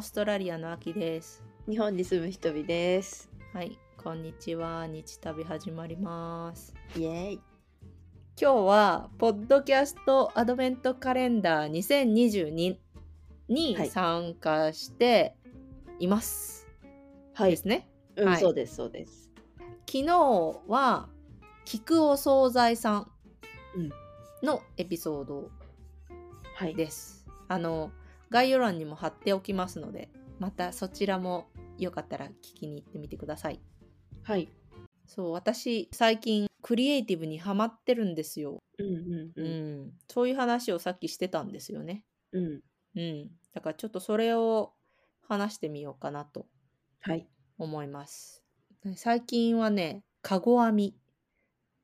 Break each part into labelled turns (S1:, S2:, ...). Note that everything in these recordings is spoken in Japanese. S1: ストラリアの秋です。
S2: 日本に住む人々です。
S1: はい、こんにちは。日旅始まります。
S2: イエーイ。
S1: 今日はポッドキャストアドベントカレンダー2022
S2: は
S1: に
S2: い
S1: 参加しています。
S2: はい
S1: ですね。
S2: うん、
S1: はい
S2: そうです、そうです。
S1: 昨日は菊お惣菜さん
S2: うん
S1: のエピソード
S2: はい。
S1: です。あの概要欄にも貼っておきますので、またそちらもよかったら聞きに行ってみてください。
S2: はい。
S1: そう私最近クリエイティブにハマってるんですよ、
S2: うんうん
S1: うん
S2: うん。
S1: そういう話をさっきしてたんですよね、
S2: うん。
S1: うん、だからちょっとそれを話してみようかなと
S2: はい。
S1: 思います最近はねカゴ編み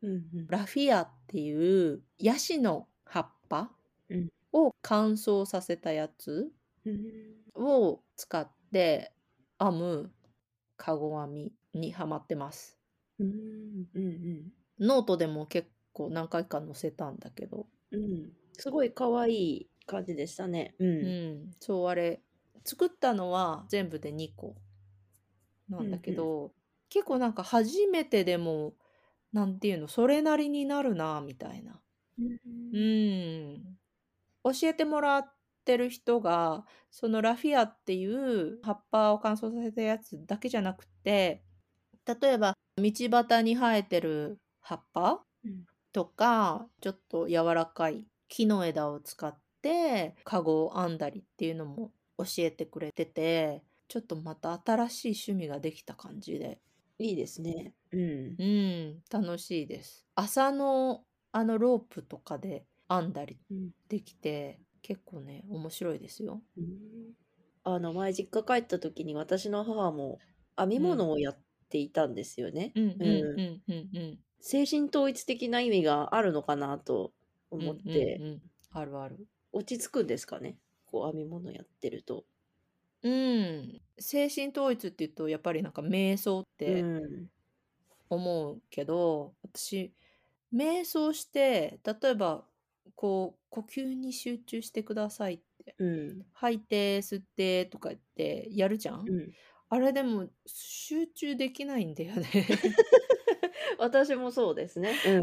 S2: うんうん。
S1: ラフィアっていうヤシの葉っぱ
S2: うん
S1: を乾燥させたやつ
S2: うん
S1: を使って編むカゴ編みにハマってます
S2: うんうん
S1: ノートでも結構何回か載せたんだけど
S2: うん。すごい可愛い感じでしたね。うん。
S1: うん、そうあれ作ったのは全部で2個なんだけど、結構なんか初めてでもなんていうのそれなりになるなみたいな。
S2: うん
S1: うん、教えてもらってる人がそのラフィアっていう葉っぱを乾燥させたやつだけじゃなくて例えば道端に生えてる葉っぱ
S2: うん
S1: とかちょっと柔らかい木の枝を使ってカゴを編んだりっていうのも教えてくれててちょっとまた新しい趣味ができた感じで
S2: いいですね。うん
S1: う。ん楽しいです麻のあのロープとかで編んだり
S2: うん
S1: できて結構ね面白いですよ
S2: うんあの、前実家帰った時に私の母も編み物をやっていたんですよね。
S1: うんうん
S2: う
S1: うんうんうん
S2: 精神統一的な意味があるのかなと
S1: うん
S2: 思って。
S1: うんうんあるある
S2: 落ち着くんですかねこう編み物やってると。
S1: うん精神統一っていうとやっぱりなんか瞑想って
S2: うん
S1: 思うけど、私瞑想して例えばこう呼吸に集中してくださいって
S2: うん
S1: 吐いて吸ってとか言ってやるじゃん、
S2: うん、
S1: あれでも集中できないんだよね、
S2: 私もそうですね。う
S1: うん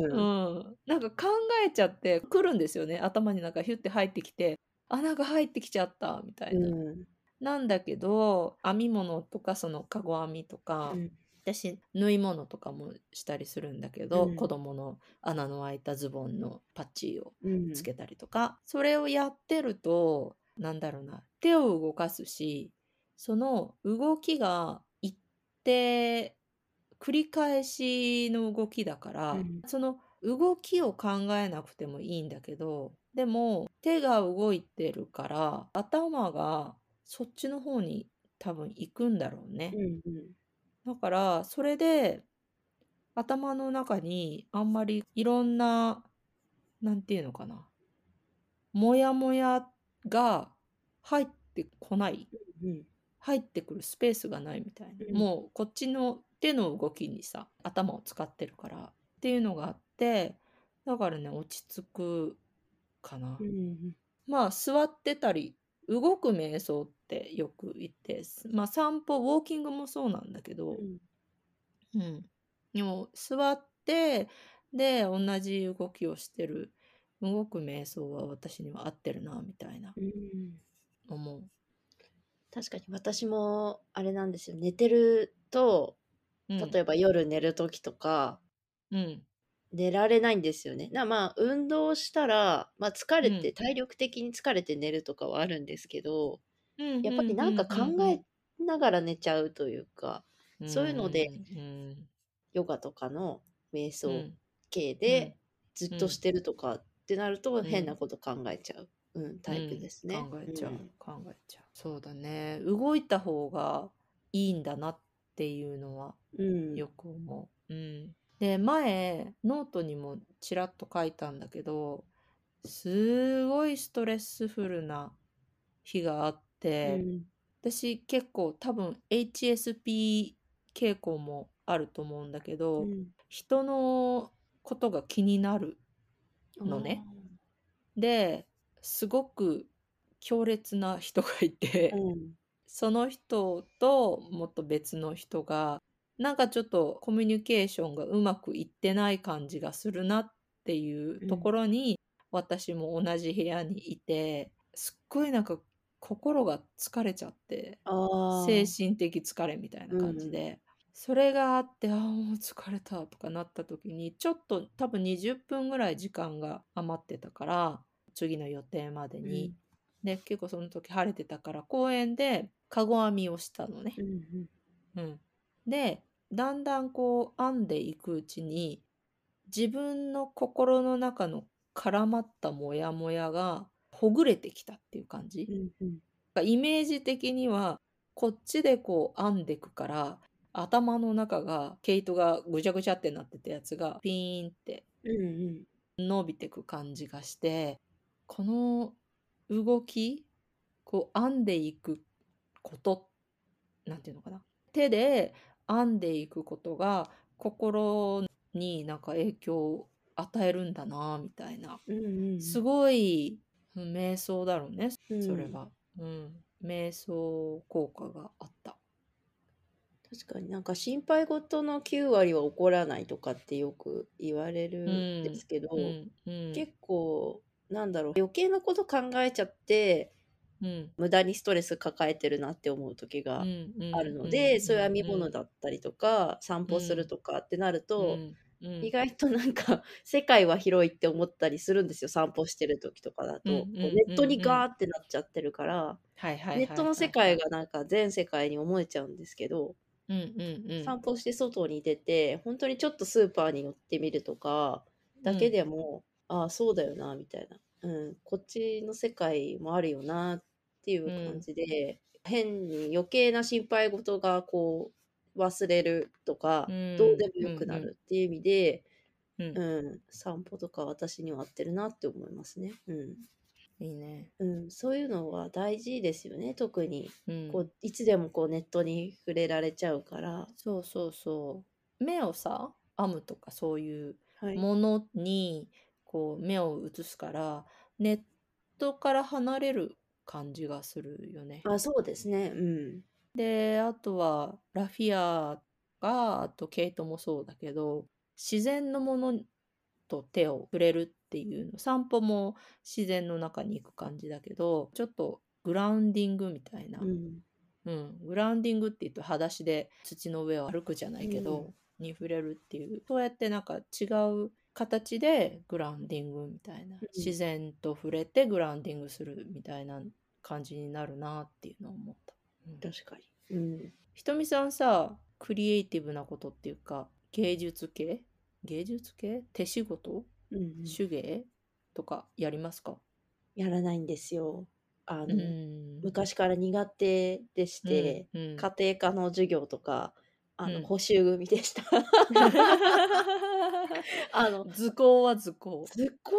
S1: ん、なんか考えちゃってくるんですよね頭になんかヒュッて入ってきてあなんか入ってきちゃったみたいな、
S2: うん
S1: なんだけど編み物とかそのかご編みとか、
S2: うん
S1: 私縫い物とかもしたりするんだけど、
S2: うん
S1: 子供の穴の開いたズボンのパッチを
S2: うん
S1: つけたりとか、それをやってるとなんだろうな手を動かすしその動きが一定繰り返しの動きだから、
S2: うん
S1: その動きを考えなくてもいいんだけどでも手が動いてるから頭がそっちの方に多分行くんだろうね。
S2: うんうん
S1: だからそれで頭の中にあんまりいろんななんていうのかなモヤモヤが入ってこない
S2: うん
S1: 入ってくるスペースがないみたいな、
S2: うん
S1: もうこっちの手の動きにさ頭を使ってるからっていうのがあってだからね落ち着くかな。
S2: うん
S1: まあ座ってたり動く瞑想ってよく言ってまあ散歩ウォーキングもそうなんだけど、
S2: うん
S1: うん、でも座ってで同じ動きをしてる動く瞑想は私には合ってるなみたいな
S2: うん
S1: 思う。
S2: 確かに私もあれなんですよ寝てると
S1: うん、
S2: 例えば夜寝る時とか、
S1: うん
S2: 寝られないんですよね。なまあ運動したら、まあ、疲れて、
S1: うん
S2: 体力的に疲れて寝るとかはあるんですけど
S1: うん、
S2: やっぱりなんか考えながら寝ちゃうというか、
S1: うん
S2: そういうので
S1: うん
S2: ヨガとかの瞑
S1: う
S2: 想
S1: ん
S2: 系でずっ
S1: うん
S2: としてるとかってなると
S1: ん
S2: 変なこと考えちゃう、うん、タイプですね。
S1: 考えちゃう、
S2: うん
S1: 考えちゃうそうだね動いた方がいいんだなっていうのは
S2: うん
S1: よく思う。うん、で前ノートにもちらっと書いたんだけどすごいストレスフルな日があっ
S2: う
S1: て、
S2: ん
S1: 私結構多分 HSP 傾向もあると思うんだけど、
S2: うん
S1: 人のことが気になるのねですごく強烈な人がいて、
S2: うん
S1: その人ともっと別の人が、なんかちょっとコミュニケーションがうまくいってない感じがするなっていう
S2: う
S1: と
S2: ん。
S1: ころに、私も同じ部屋にいて、すっごいなんか心が疲れちゃって、精
S2: ああ。
S1: 神的疲れみたいな
S2: う
S1: 感じ
S2: ん。
S1: で、それがあって、ああ、もう疲れたとかなった時に、ちょっと多分20分ぐらい時間が余ってたから、次の予定まで
S2: う
S1: に。
S2: ん。
S1: で、結構その時晴れてたから、公園でかご編みをしたのね。
S2: うんうん。
S1: うん。で、だんだんこう編んでいくうちに、自分の心の中の絡まったモヤモヤがほぐれてきたっていう感じ。
S2: うんうん。
S1: かイメージ的にはこっちでこう編んでくから頭の中が毛糸がぐちゃぐちゃってなってたやつがピーンって
S2: うんうん。
S1: 伸びてく感じがしてこの動きこう編んでいくことなんていうのかな手で編んでいくことが心になんか影響を与えるんだなみたいな
S2: うんう
S1: す
S2: ん
S1: ごいうん瞑想だろうね
S2: う
S1: そ
S2: ん。う
S1: れ
S2: ん。
S1: は、うん、瞑想効果があった。
S2: 確かになんか心配事の9割は起こらないとかってよく言われ
S1: う
S2: るんで
S1: ん
S2: すけ
S1: う
S2: ど、
S1: んうん
S2: 結構、なんだろう、余計なこと考えちゃって、
S1: うん
S2: 無駄にストレス抱えてるなって思う時
S1: う
S2: が
S1: んう
S2: あ
S1: ん
S2: る
S1: う
S2: の
S1: ん
S2: で、そういう編み
S1: う
S2: 物
S1: ん
S2: だったりとか、散
S1: う
S2: 歩する
S1: ん
S2: とかってなる
S1: う
S2: と、
S1: んう
S2: 意
S1: ん
S2: 外となんか 世界は広いって思ったりするんですよ、散歩してる時とかだ
S1: うん
S2: と。
S1: う
S2: こうネ
S1: ん
S2: ッ
S1: う
S2: ト
S1: ん
S2: に
S1: う
S2: ガー
S1: ん
S2: ってなっちゃってるから、
S1: はいはい
S2: ネッ
S1: は
S2: ト
S1: い
S2: の
S1: は
S2: 世
S1: いは
S2: 界
S1: い
S2: がなんか全世界に思えちゃうんですけど、
S1: うんうんうん
S2: 散歩して外に出て、本当にちょっとスーパーに寄ってみるとか
S1: う
S2: だけ
S1: ん
S2: でも、ああ、そうだよな、みたいな。うん、こっちの世界もあるよな、っていうう感
S1: ん
S2: じで、変に余計な心配事がこう、忘れると
S1: う
S2: か、どうで
S1: ん
S2: も
S1: う
S2: よくなんるっていう意味で、
S1: うんうん
S2: うん、散歩とか私には合ってるなって思いますね。うん。
S1: いいね
S2: うん、そういうのは大事ですよね、特に。
S1: う
S2: こ
S1: ん
S2: う、いつでもこうネットに触れられちゃうから。
S1: そうそうそう。目をさ、編むとかそういう
S2: はい。
S1: ものにこう目を移すから、ネットから離れる感じがするよね。
S2: あ、そうですね。うん。
S1: で、あとはラフィアが、あとケイトもそうだけど、自然のものと手を触れるっていうの、散歩も自然の中に行く感じだけど、ちょっとグラウンディングみたいうな。
S2: ん。
S1: うん、グラウンディングって言うと裸足で土の上を歩くじゃな
S2: う
S1: いけ
S2: ん。
S1: どに触れるっていうそうやってなんか違う形でグラウンディングみたいな
S2: う
S1: 自
S2: ん。
S1: 然と触れてグラウンディングするみたいな感じになるなっていうのを思った、うん、
S2: 確かに。うん。
S1: ひとみさんさクリエイティブなことっていうか芸術系芸術系手仕事
S2: うんうん。
S1: 手芸とかやりますか
S2: やらないんですよ。あ
S1: う
S2: の、
S1: ん
S2: 昔から苦手でし
S1: うん
S2: て、
S1: う
S2: 家
S1: ん
S2: 庭科の授業とか、あ
S1: う
S2: の、
S1: ん
S2: 補習組でした。 あの、
S1: 図工は図工。
S2: 図工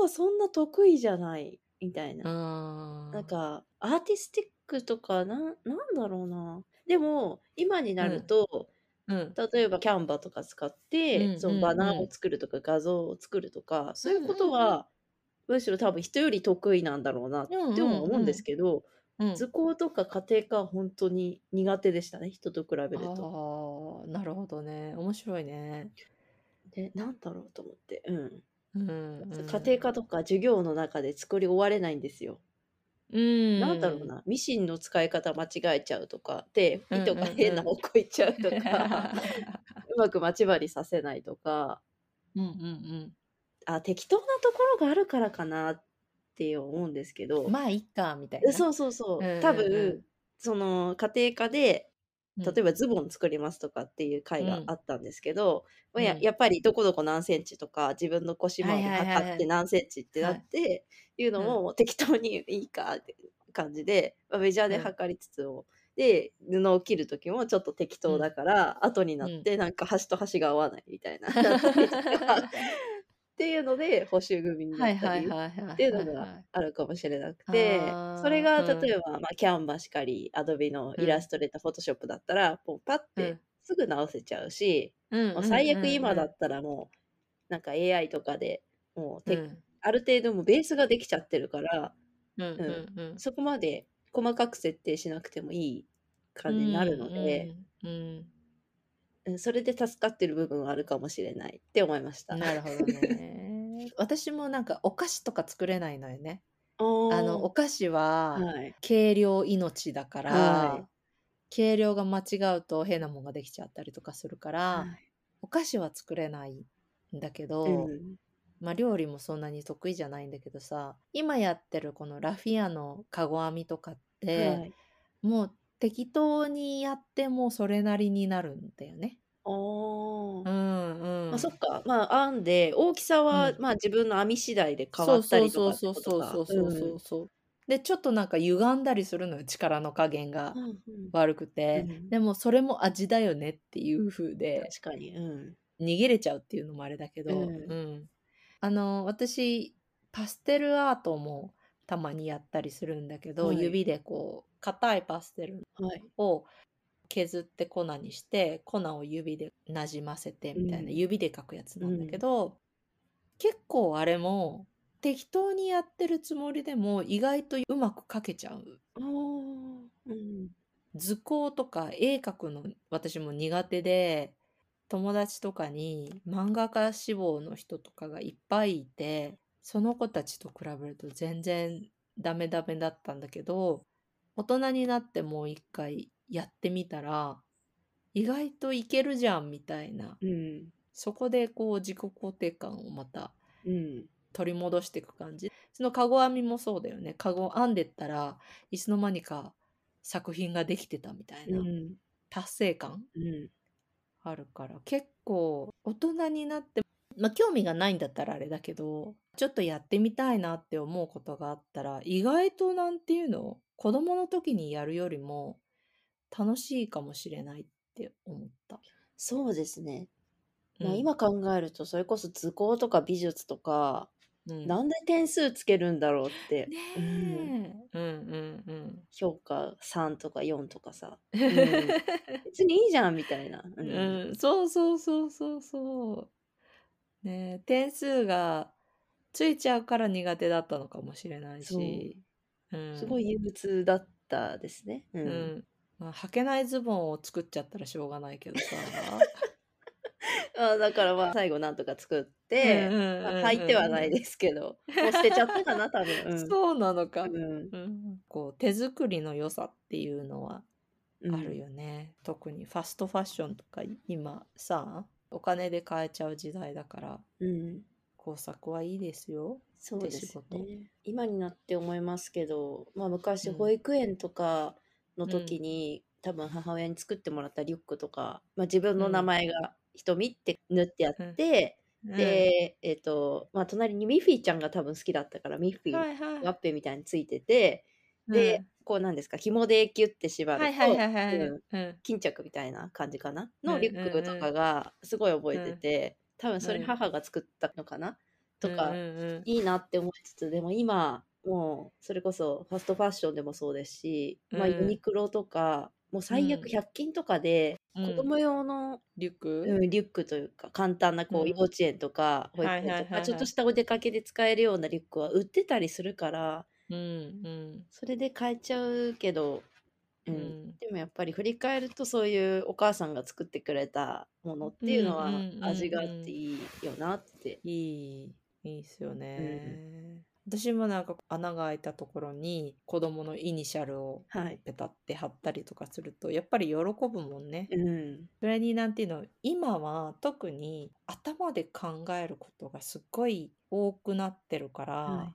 S2: もそんな得意じゃない、みたいうな。なん
S1: ん。
S2: か、アーティスティックとか、なん、なんだろうな。でも、今に
S1: う
S2: なる
S1: ん。
S2: と、
S1: うん。
S2: 例えばキャンバとか使っ
S1: う
S2: て、
S1: ん
S2: その
S1: う
S2: バ
S1: んう
S2: ナーを
S1: ん。
S2: 作るとか画像を作るとか、
S1: う
S2: そういうこと
S1: んうん
S2: は、むしろ多分人より得意なんだろうなっ
S1: うん。
S2: ては
S1: うん
S2: 思うん
S1: う
S2: です
S1: ん
S2: けど、
S1: うん。う
S2: 図
S1: ん。
S2: 工とか家庭科は本当に苦手でしたね、人と比べると。
S1: ああ、なるほどね。面白いね。
S2: で、なんだろうと思って、うん。
S1: うん
S2: そう家庭
S1: う
S2: 科とか授業の中で作り終われないんですよ。
S1: ん。
S2: なんだろ
S1: う。
S2: うんな、ミシンの使い方間違えちゃうとか、で、
S1: うん
S2: 糸
S1: う
S2: が
S1: ん う。
S2: 変なん方向行っちゃう とか、うまく待ち針させないとか、
S1: うんうん
S2: あ、適当なところがあるからかなって思うんですけ
S1: うん。
S2: ど、
S1: まあ、いっか、みたい
S2: え
S1: な。
S2: そうそう
S1: うん
S2: そう、多分、
S1: う
S2: その家庭科で、
S1: んう
S2: 例え
S1: ん。
S2: ばズボン作りますとかっていう
S1: う
S2: 回があ
S1: ん。
S2: ったんですけど、まあ
S1: う
S2: や
S1: ん。
S2: やっぱりどこどこ何センチとか自分の腰
S1: は
S2: 回
S1: い
S2: り
S1: はい
S2: 測
S1: はい
S2: っ
S1: は
S2: て
S1: い。
S2: 何センチってな
S1: は
S2: っ
S1: い。
S2: ていうの
S1: うん。
S2: も適当にいいかって感じで、まあメジャー
S1: う
S2: で
S1: ん。
S2: 測りつつをで布を切る時もちょっと適
S1: う
S2: 当だ
S1: ん。
S2: から後にな
S1: う
S2: っ
S1: ん。
S2: てなんか端と端が合わないみたいななったりと かっていうので補習組にな
S1: はい
S2: った
S1: はい
S2: りっ
S1: はいはい
S2: ていうの
S1: はい
S2: が
S1: はい。
S2: あるかもしれなくて、それ
S1: あ
S2: が
S1: あ、
S2: 例えば、まあ、キャンバしかり、アドビの
S1: う
S2: イラス
S1: ん
S2: トレーター、フォトショップだったら、もうパッ
S1: う
S2: て
S1: ん。
S2: すぐ直せちゃうし、
S1: うん
S2: もう
S1: うん
S2: 最悪
S1: うん
S2: 今
S1: う
S2: だ
S1: ん
S2: ったらもうなんか AI とかでもう
S1: う
S2: て
S1: ん
S2: ある程度もうベースができちゃってるから、
S1: うん
S2: うん、
S1: うん
S2: そこまで細かく設定しなくてもいい
S1: う
S2: 感じになるので、
S1: んうん。
S2: うん、それで助かってる部分はあるかもしれないって思いました。
S1: なるほどね。私もなんかお菓子とか作れないのよ ね。あの、
S2: あ
S1: お菓子
S2: あ、
S1: は
S2: はい。
S1: 計量命だか
S2: はい。
S1: ら、計量が間違うと変なもんができちゃったりとかするから、
S2: はい。
S1: お菓子は作れないんだけ
S2: う
S1: ど、
S2: ん。
S1: まあ料理もそんなに得意じゃないんだけどさ、今やってるこのラフィアのカゴ編みとかって、
S2: はい。
S1: もう適当にやってもそれなりになるんだよね。
S2: あ
S1: う
S2: あ。まあ、
S1: んう
S2: そ
S1: ん。
S2: っか。まあ、編んで、大きさ
S1: う
S2: は、
S1: ん。
S2: まあ、自分の編み次第で変わ
S1: そう
S2: った
S1: そう
S2: りと
S1: そう
S2: かって
S1: そう
S2: こと
S1: そうそ
S2: か。
S1: うそう
S2: う
S1: そ
S2: ん。
S1: うそう。で、ちょっとなんか歪んだりするのよ、力の加減が
S2: うん、うん。
S1: 悪く
S2: う
S1: て。
S2: ん。
S1: でもそれも味だよねっていう風で、
S2: 確かに。うん。
S1: 逃げれちゃうっていうのもあれだけ
S2: う。
S1: ど、うんん。あの、私、パステルアートもたまにやったりするんだけど、
S2: はい。
S1: 指でこう、硬いパステル
S2: はい。
S1: を削って粉にして、粉を指でなじませて
S2: う
S1: みたいな、
S2: ん。
S1: 指で描くやつ
S2: う
S1: なんだけ
S2: ん。
S1: ど、結構あれも適当にやってるつもりでも意外とうまく描けちゃう。
S2: ああ、うん。
S1: 図工とか絵描くの私も苦手で、友達とかに漫画家志望の人とかがいっぱいいて、その子たちと比べると全然ダメダメだったんだけど、大人になってもう一回やってみたら、意外といけるじゃんみたいな。
S2: うん。
S1: そこでこう自己肯定感をまた
S2: うん。。
S1: 取り戻していく感じ。そのカゴ編みもそうだよね。カゴ編んでったらいつの間にか作品ができてたみたいうなん達成感
S2: うん。
S1: あるから結構大人になって、まあ興味がないんだったらあれだけど、ちょっとやってみたいなって思うことがあったら意外となんていうの子供の時にやるよりも楽しいかもしれないって思った。
S2: そうですね。
S1: う
S2: まあ、
S1: ん、
S2: 今考えると、それこそ図工とか美術とか、
S1: うん。
S2: なんで点数つけるんだろうって、
S1: ね
S2: うん、
S1: え。うんうんうん。
S2: 評価3とか4とか さ、うん、
S1: う
S2: 別にいいじゃんみたいな、うん、
S1: ん、そうそうそうそうそう。ねえ、点数がついちゃうから苦手だったのかもしれない
S2: そう、
S1: し、う
S2: すご
S1: ん、
S2: い憂鬱だったですね。う、
S1: うんん。まあ、履けないズボンを作っちゃったらしょうがないけどさ。
S2: あだからまあ最後なんとか作っ
S1: うんう
S2: て、まあ、
S1: ん
S2: 履いては
S1: うんう
S2: なん
S1: う
S2: い
S1: ん。
S2: です けど、もう捨てちゃったかな、多分。
S1: そうなの
S2: う
S1: か。
S2: ん、
S1: うん、こう、手作りの良さっていうのは
S2: う
S1: ある
S2: ん、
S1: よね。特にファストファッションとか今さ、お金で買えちゃう時代だから。
S2: うん。
S1: 工作はいいですよ。
S2: そう
S1: 手
S2: で
S1: 仕
S2: す
S1: 事。
S2: ね。今になって思いますけど、まあ、
S1: う
S2: 昔保
S1: ん。
S2: 育園とかの
S1: う
S2: 時
S1: ん。
S2: に多分母親に作ってもらったリュックとか、まあ、自
S1: う
S2: 分の名
S1: ん。
S2: 前が瞳って縫ってやっ
S1: うん。
S2: て
S1: うん。
S2: で、えっとまあ、隣にミッフィーちゃんが多分好きだったからミッフィー
S1: はいは
S2: ワッ
S1: い。
S2: ペンみたいについてて
S1: う
S2: で
S1: ん。
S2: こうなんですか紐でキュッて縛
S1: は
S2: る
S1: いはい
S2: と、
S1: はいはい。
S2: うん、
S1: うん。
S2: 巾着みたいな感じかな
S1: うん
S2: のリュックとか
S1: う
S2: がすごい覚
S1: んう
S2: え
S1: ん。
S2: てて多分
S1: う
S2: それ
S1: ん。
S2: 母が作ったのかな
S1: う
S2: と
S1: ん
S2: か
S1: うんうん。
S2: いいなって思いつつ、でも今、もう、それこそ、ファストファッションでもそうですし、
S1: う
S2: まあ、ユニ
S1: ん。
S2: クロとか、もう
S1: う
S2: 最悪
S1: ん。
S2: 100均とかで、
S1: う
S2: 子
S1: ん。
S2: 供用の、
S1: リュック
S2: うん、リュックというか、簡単な、
S1: う
S2: こう、幼
S1: ん。
S2: 稚園とか、保
S1: は
S2: 育
S1: い
S2: 園
S1: は
S2: と
S1: い
S2: か、
S1: はい
S2: ちょっ
S1: は
S2: と
S1: い。
S2: したお出かけで使えるようなリュックは売ってたりするから、
S1: うんうん
S2: それで買えちゃうけど、う、
S1: うんん。
S2: でもやっぱり振り返ると、そういうお母さんが作ってくれたものっ
S1: うん
S2: ていう
S1: う
S2: のは、
S1: ん
S2: 味があっ
S1: う
S2: て
S1: ん。
S2: いいよなって。
S1: いい、いいっすよ
S2: うん、
S1: ね。私もなんか穴が開いたところに子供のイニシャルを
S2: はい。
S1: ペタって貼ったりとかすると、やっぱり喜ぶもんね。
S2: うん、
S1: それになんていうの、今は特に頭で考えることがすっごい多くなってるか
S2: は
S1: ら、
S2: い。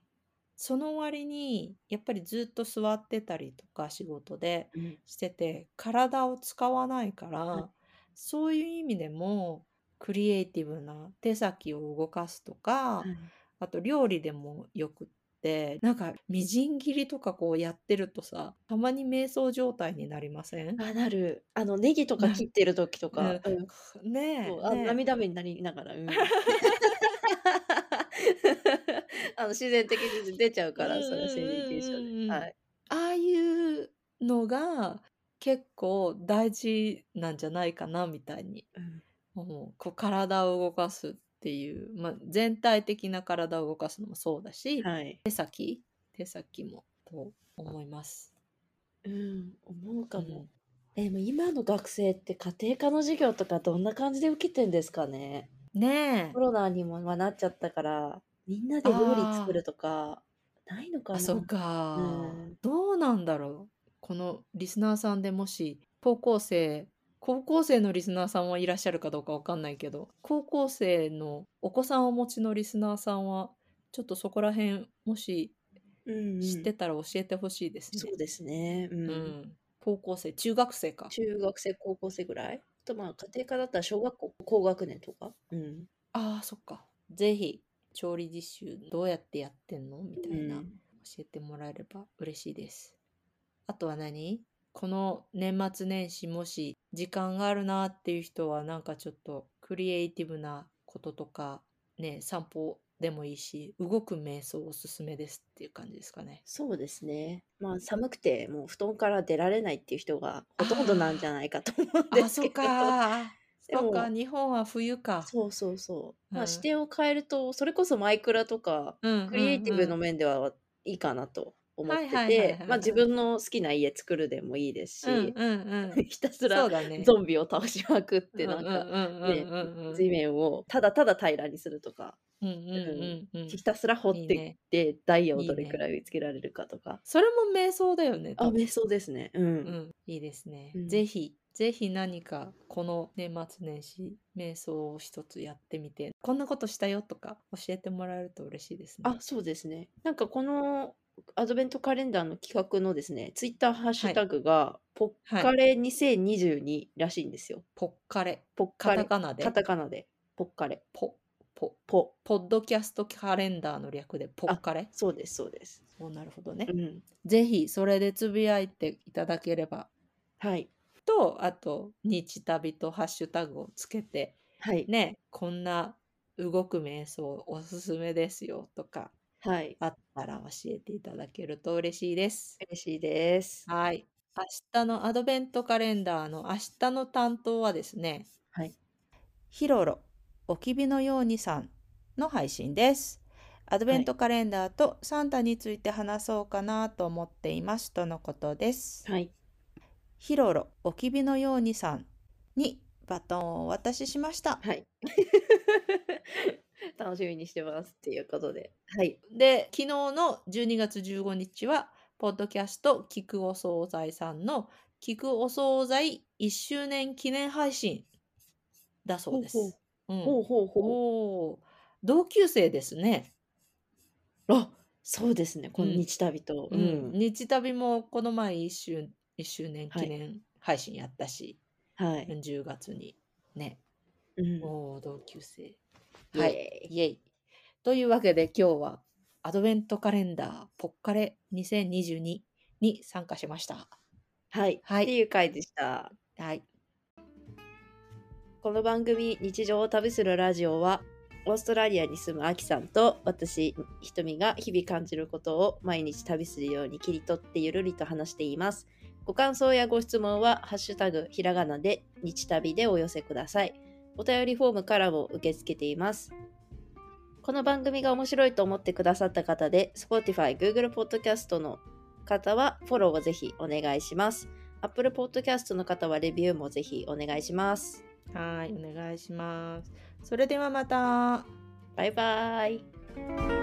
S1: その割にやっぱりずっと座ってたりとか仕事で
S2: うん、
S1: してて体を使わないか
S2: はい
S1: らそういう意味でもクリエイティブな手先を動かすとか
S2: はい。
S1: あと料理でもよくってなんかみじん切りとかこうやってるとさたまに瞑想状態になりません
S2: あ、なる。あの、ネギとか
S1: な
S2: 切ってる時と
S1: う
S2: か、
S1: ん、
S2: うん。
S1: ね
S2: そう、
S1: え
S2: あ、
S1: ね
S2: 涙目になりながら、うん。 あの、自然的に出ちゃう
S1: う
S2: か
S1: んう
S2: ら、それは生理現象
S1: ん
S2: で。
S1: うんうんう
S2: は
S1: ん。
S2: い。
S1: ああいうのが結構大事なんじゃないかなみたいに
S2: うん。
S1: 思う。こう体を動かすっていう、まあ、全体的な体を動かすのもそうだし、
S2: はい。
S1: 手先、手先もと思います。
S2: うん、思う
S1: う
S2: かも。
S1: ん。
S2: え、でも今の学生って家庭科の授業とかどんな感じで受けてんですかね。
S1: ね
S2: コ
S1: え。
S2: ロナにも、ま、なっちゃったから、みんなで料理作
S1: ああ。
S2: るとか、ないのか
S1: あ、そっ
S2: な。う
S1: か。
S2: ん。
S1: どうなんだろう。このリスナーさんでもし、高校生高校生のリスナーさんはいらっしゃるかどうかわかんないけど、高校生のお子さんをお持ちのリスナーさんは、ちょっとそこら辺、もし
S2: うんう
S1: 知って
S2: ん。
S1: たら教えて欲しいです
S2: そう
S1: ね。
S2: ですね。う。
S1: うんん。高校生、中学生か。
S2: 中学生、高校生ぐらい。あと、まあ、家庭科だったら小学校高学年とか。うん。
S1: ああ、そっか。ぜひ、調理実習どうやってやってんのみ
S2: う
S1: たいな、
S2: ん。
S1: 教えてもらえれば嬉しいです。あとは何この年末年始もし時間があるなっていう人はなんかちょっとクリエイティブなこととかね、散歩でもいいし、動く瞑想おすすめですっていう感じですかね。
S2: そうですね。まあ、寒くてもう布団から出られないっていう人がほとんどなんじゃ
S1: あ
S2: ないかと思うん
S1: あ、
S2: で
S1: あ、
S2: す
S1: そっ
S2: けど。
S1: か。
S2: で
S1: そっか、
S2: も、
S1: 日本は冬か。
S2: そうそうそ
S1: う
S2: う。まあ、視
S1: ん。
S2: 点を変えると、それこそマイクラとか、
S1: うん
S2: ク
S1: う
S2: リエイ
S1: ん
S2: ティ
S1: う
S2: ブの
S1: ん。
S2: 面ではいいかなと思
S1: は
S2: っ
S1: い
S2: て
S1: はいはい
S2: て、
S1: は
S2: まあ、
S1: い
S2: 自
S1: はい。
S2: 分の好きな家作るでもいいです
S1: うん
S2: し、
S1: うんうん。
S2: ひたすら
S1: そうだね。
S2: ゾンビを倒しまくっ
S1: うん
S2: て、
S1: う
S2: なんん
S1: う
S2: か、
S1: んう
S2: ね、
S1: んうんうん。
S2: 地面をただただ平らにするとか、
S1: うんう
S2: うん。
S1: んうんう
S2: ひ
S1: ん。
S2: たすら掘っ
S1: いい
S2: ていっ
S1: ね。
S2: て、ダイヤを
S1: いい
S2: どれく
S1: ね。
S2: らい見つけられるかとか。
S1: それも瞑想だよね、
S2: あ、
S1: 多
S2: 瞑
S1: 分。
S2: 想ですね。う。
S1: うんん、いいです
S2: う
S1: ね。ぜ
S2: ん。
S1: ひ、ぜひ何かこの年末年始、瞑想を一つやってみて、こんなことしたよとか教えてもらえると嬉しいです
S2: あ、
S1: ね。
S2: そうですね。なんかこのアドベントカレンダーの企画のですね、ツイッターハッシ
S1: は
S2: ュ
S1: い、
S2: タグが、ポッ
S1: は
S2: カ
S1: い。
S2: レ2022らしいんですよ。
S1: ポッカレ。
S2: ポッ
S1: カ
S2: カ
S1: タ
S2: レ。
S1: カナ
S2: カ
S1: で、
S2: タカナで、ポッカレ。
S1: ポ、ポ、
S2: ポ。
S1: ポッドキャストカレンダーの略でポッ
S2: あ、
S1: カレ。
S2: そうです、そうです。
S1: そうなるほど
S2: う
S1: ね。
S2: ん。
S1: ぜひ、それでつぶやいていただければ
S2: はい。
S1: と、あと、日旅とハッシュタグをつけて、
S2: はい。
S1: ね、こんな動く瞑想おすすめですよとか
S2: はい。
S1: あったら教えていただけると嬉しいです。
S2: 嬉しいです。
S1: はい。明日のアドベントカレンダーの明日の担当はですね、
S2: はい。
S1: ヒロロ、おきびのようにさんの配信です。アドベ
S2: は
S1: ン
S2: い。
S1: トカレンダーとサンタについて話そうかなと思っていますとのことです。
S2: はい。
S1: ヒロロ、おきびのようにさんにバトンをお渡ししました。
S2: はい。 楽しみにしてますっていうことで。はい。
S1: で、昨日の12月15日は、ポッドキャスト、聞くお惣菜さんの、聞くお惣菜1周年記念配信だそう
S2: ほう
S1: で
S2: ほう。
S1: す。うん。
S2: ほうほうほう。
S1: おお、同級生ですね。
S2: あ、そうですね。
S1: う
S2: この
S1: ん。
S2: 日旅と。
S1: う。
S2: うんん。
S1: 日旅もこの前1周、一周年
S2: は
S1: 記
S2: い。
S1: 念配信やったし、
S2: はい。
S1: 10月にね。
S2: うん。
S1: おお、同級生。
S2: イ
S1: はい、
S2: エーイ。
S1: イエイ。というわけで今日はアドベントカレンダーポッカレ2022に参加しました。
S2: はい。っ
S1: は
S2: て
S1: い、
S2: いう回でした。
S1: はい、
S2: この番組日常を旅するラジオはオーストラリアに住むアキさんと私ひとみが日々感じることを毎日旅するように切り取ってゆるりと話しています。ご感想やご質問はハッシュタグひらがなで日旅でお寄せください。お便りフォームからも受け付けています。この番組が面白いと思ってくださった方で、Spotify、Google Podcast の方はフォローをぜひお願いします。Apple Podcast の方はレビューもぜひお願いします。
S1: はい、お願いします。それではまた。
S2: バイバイ。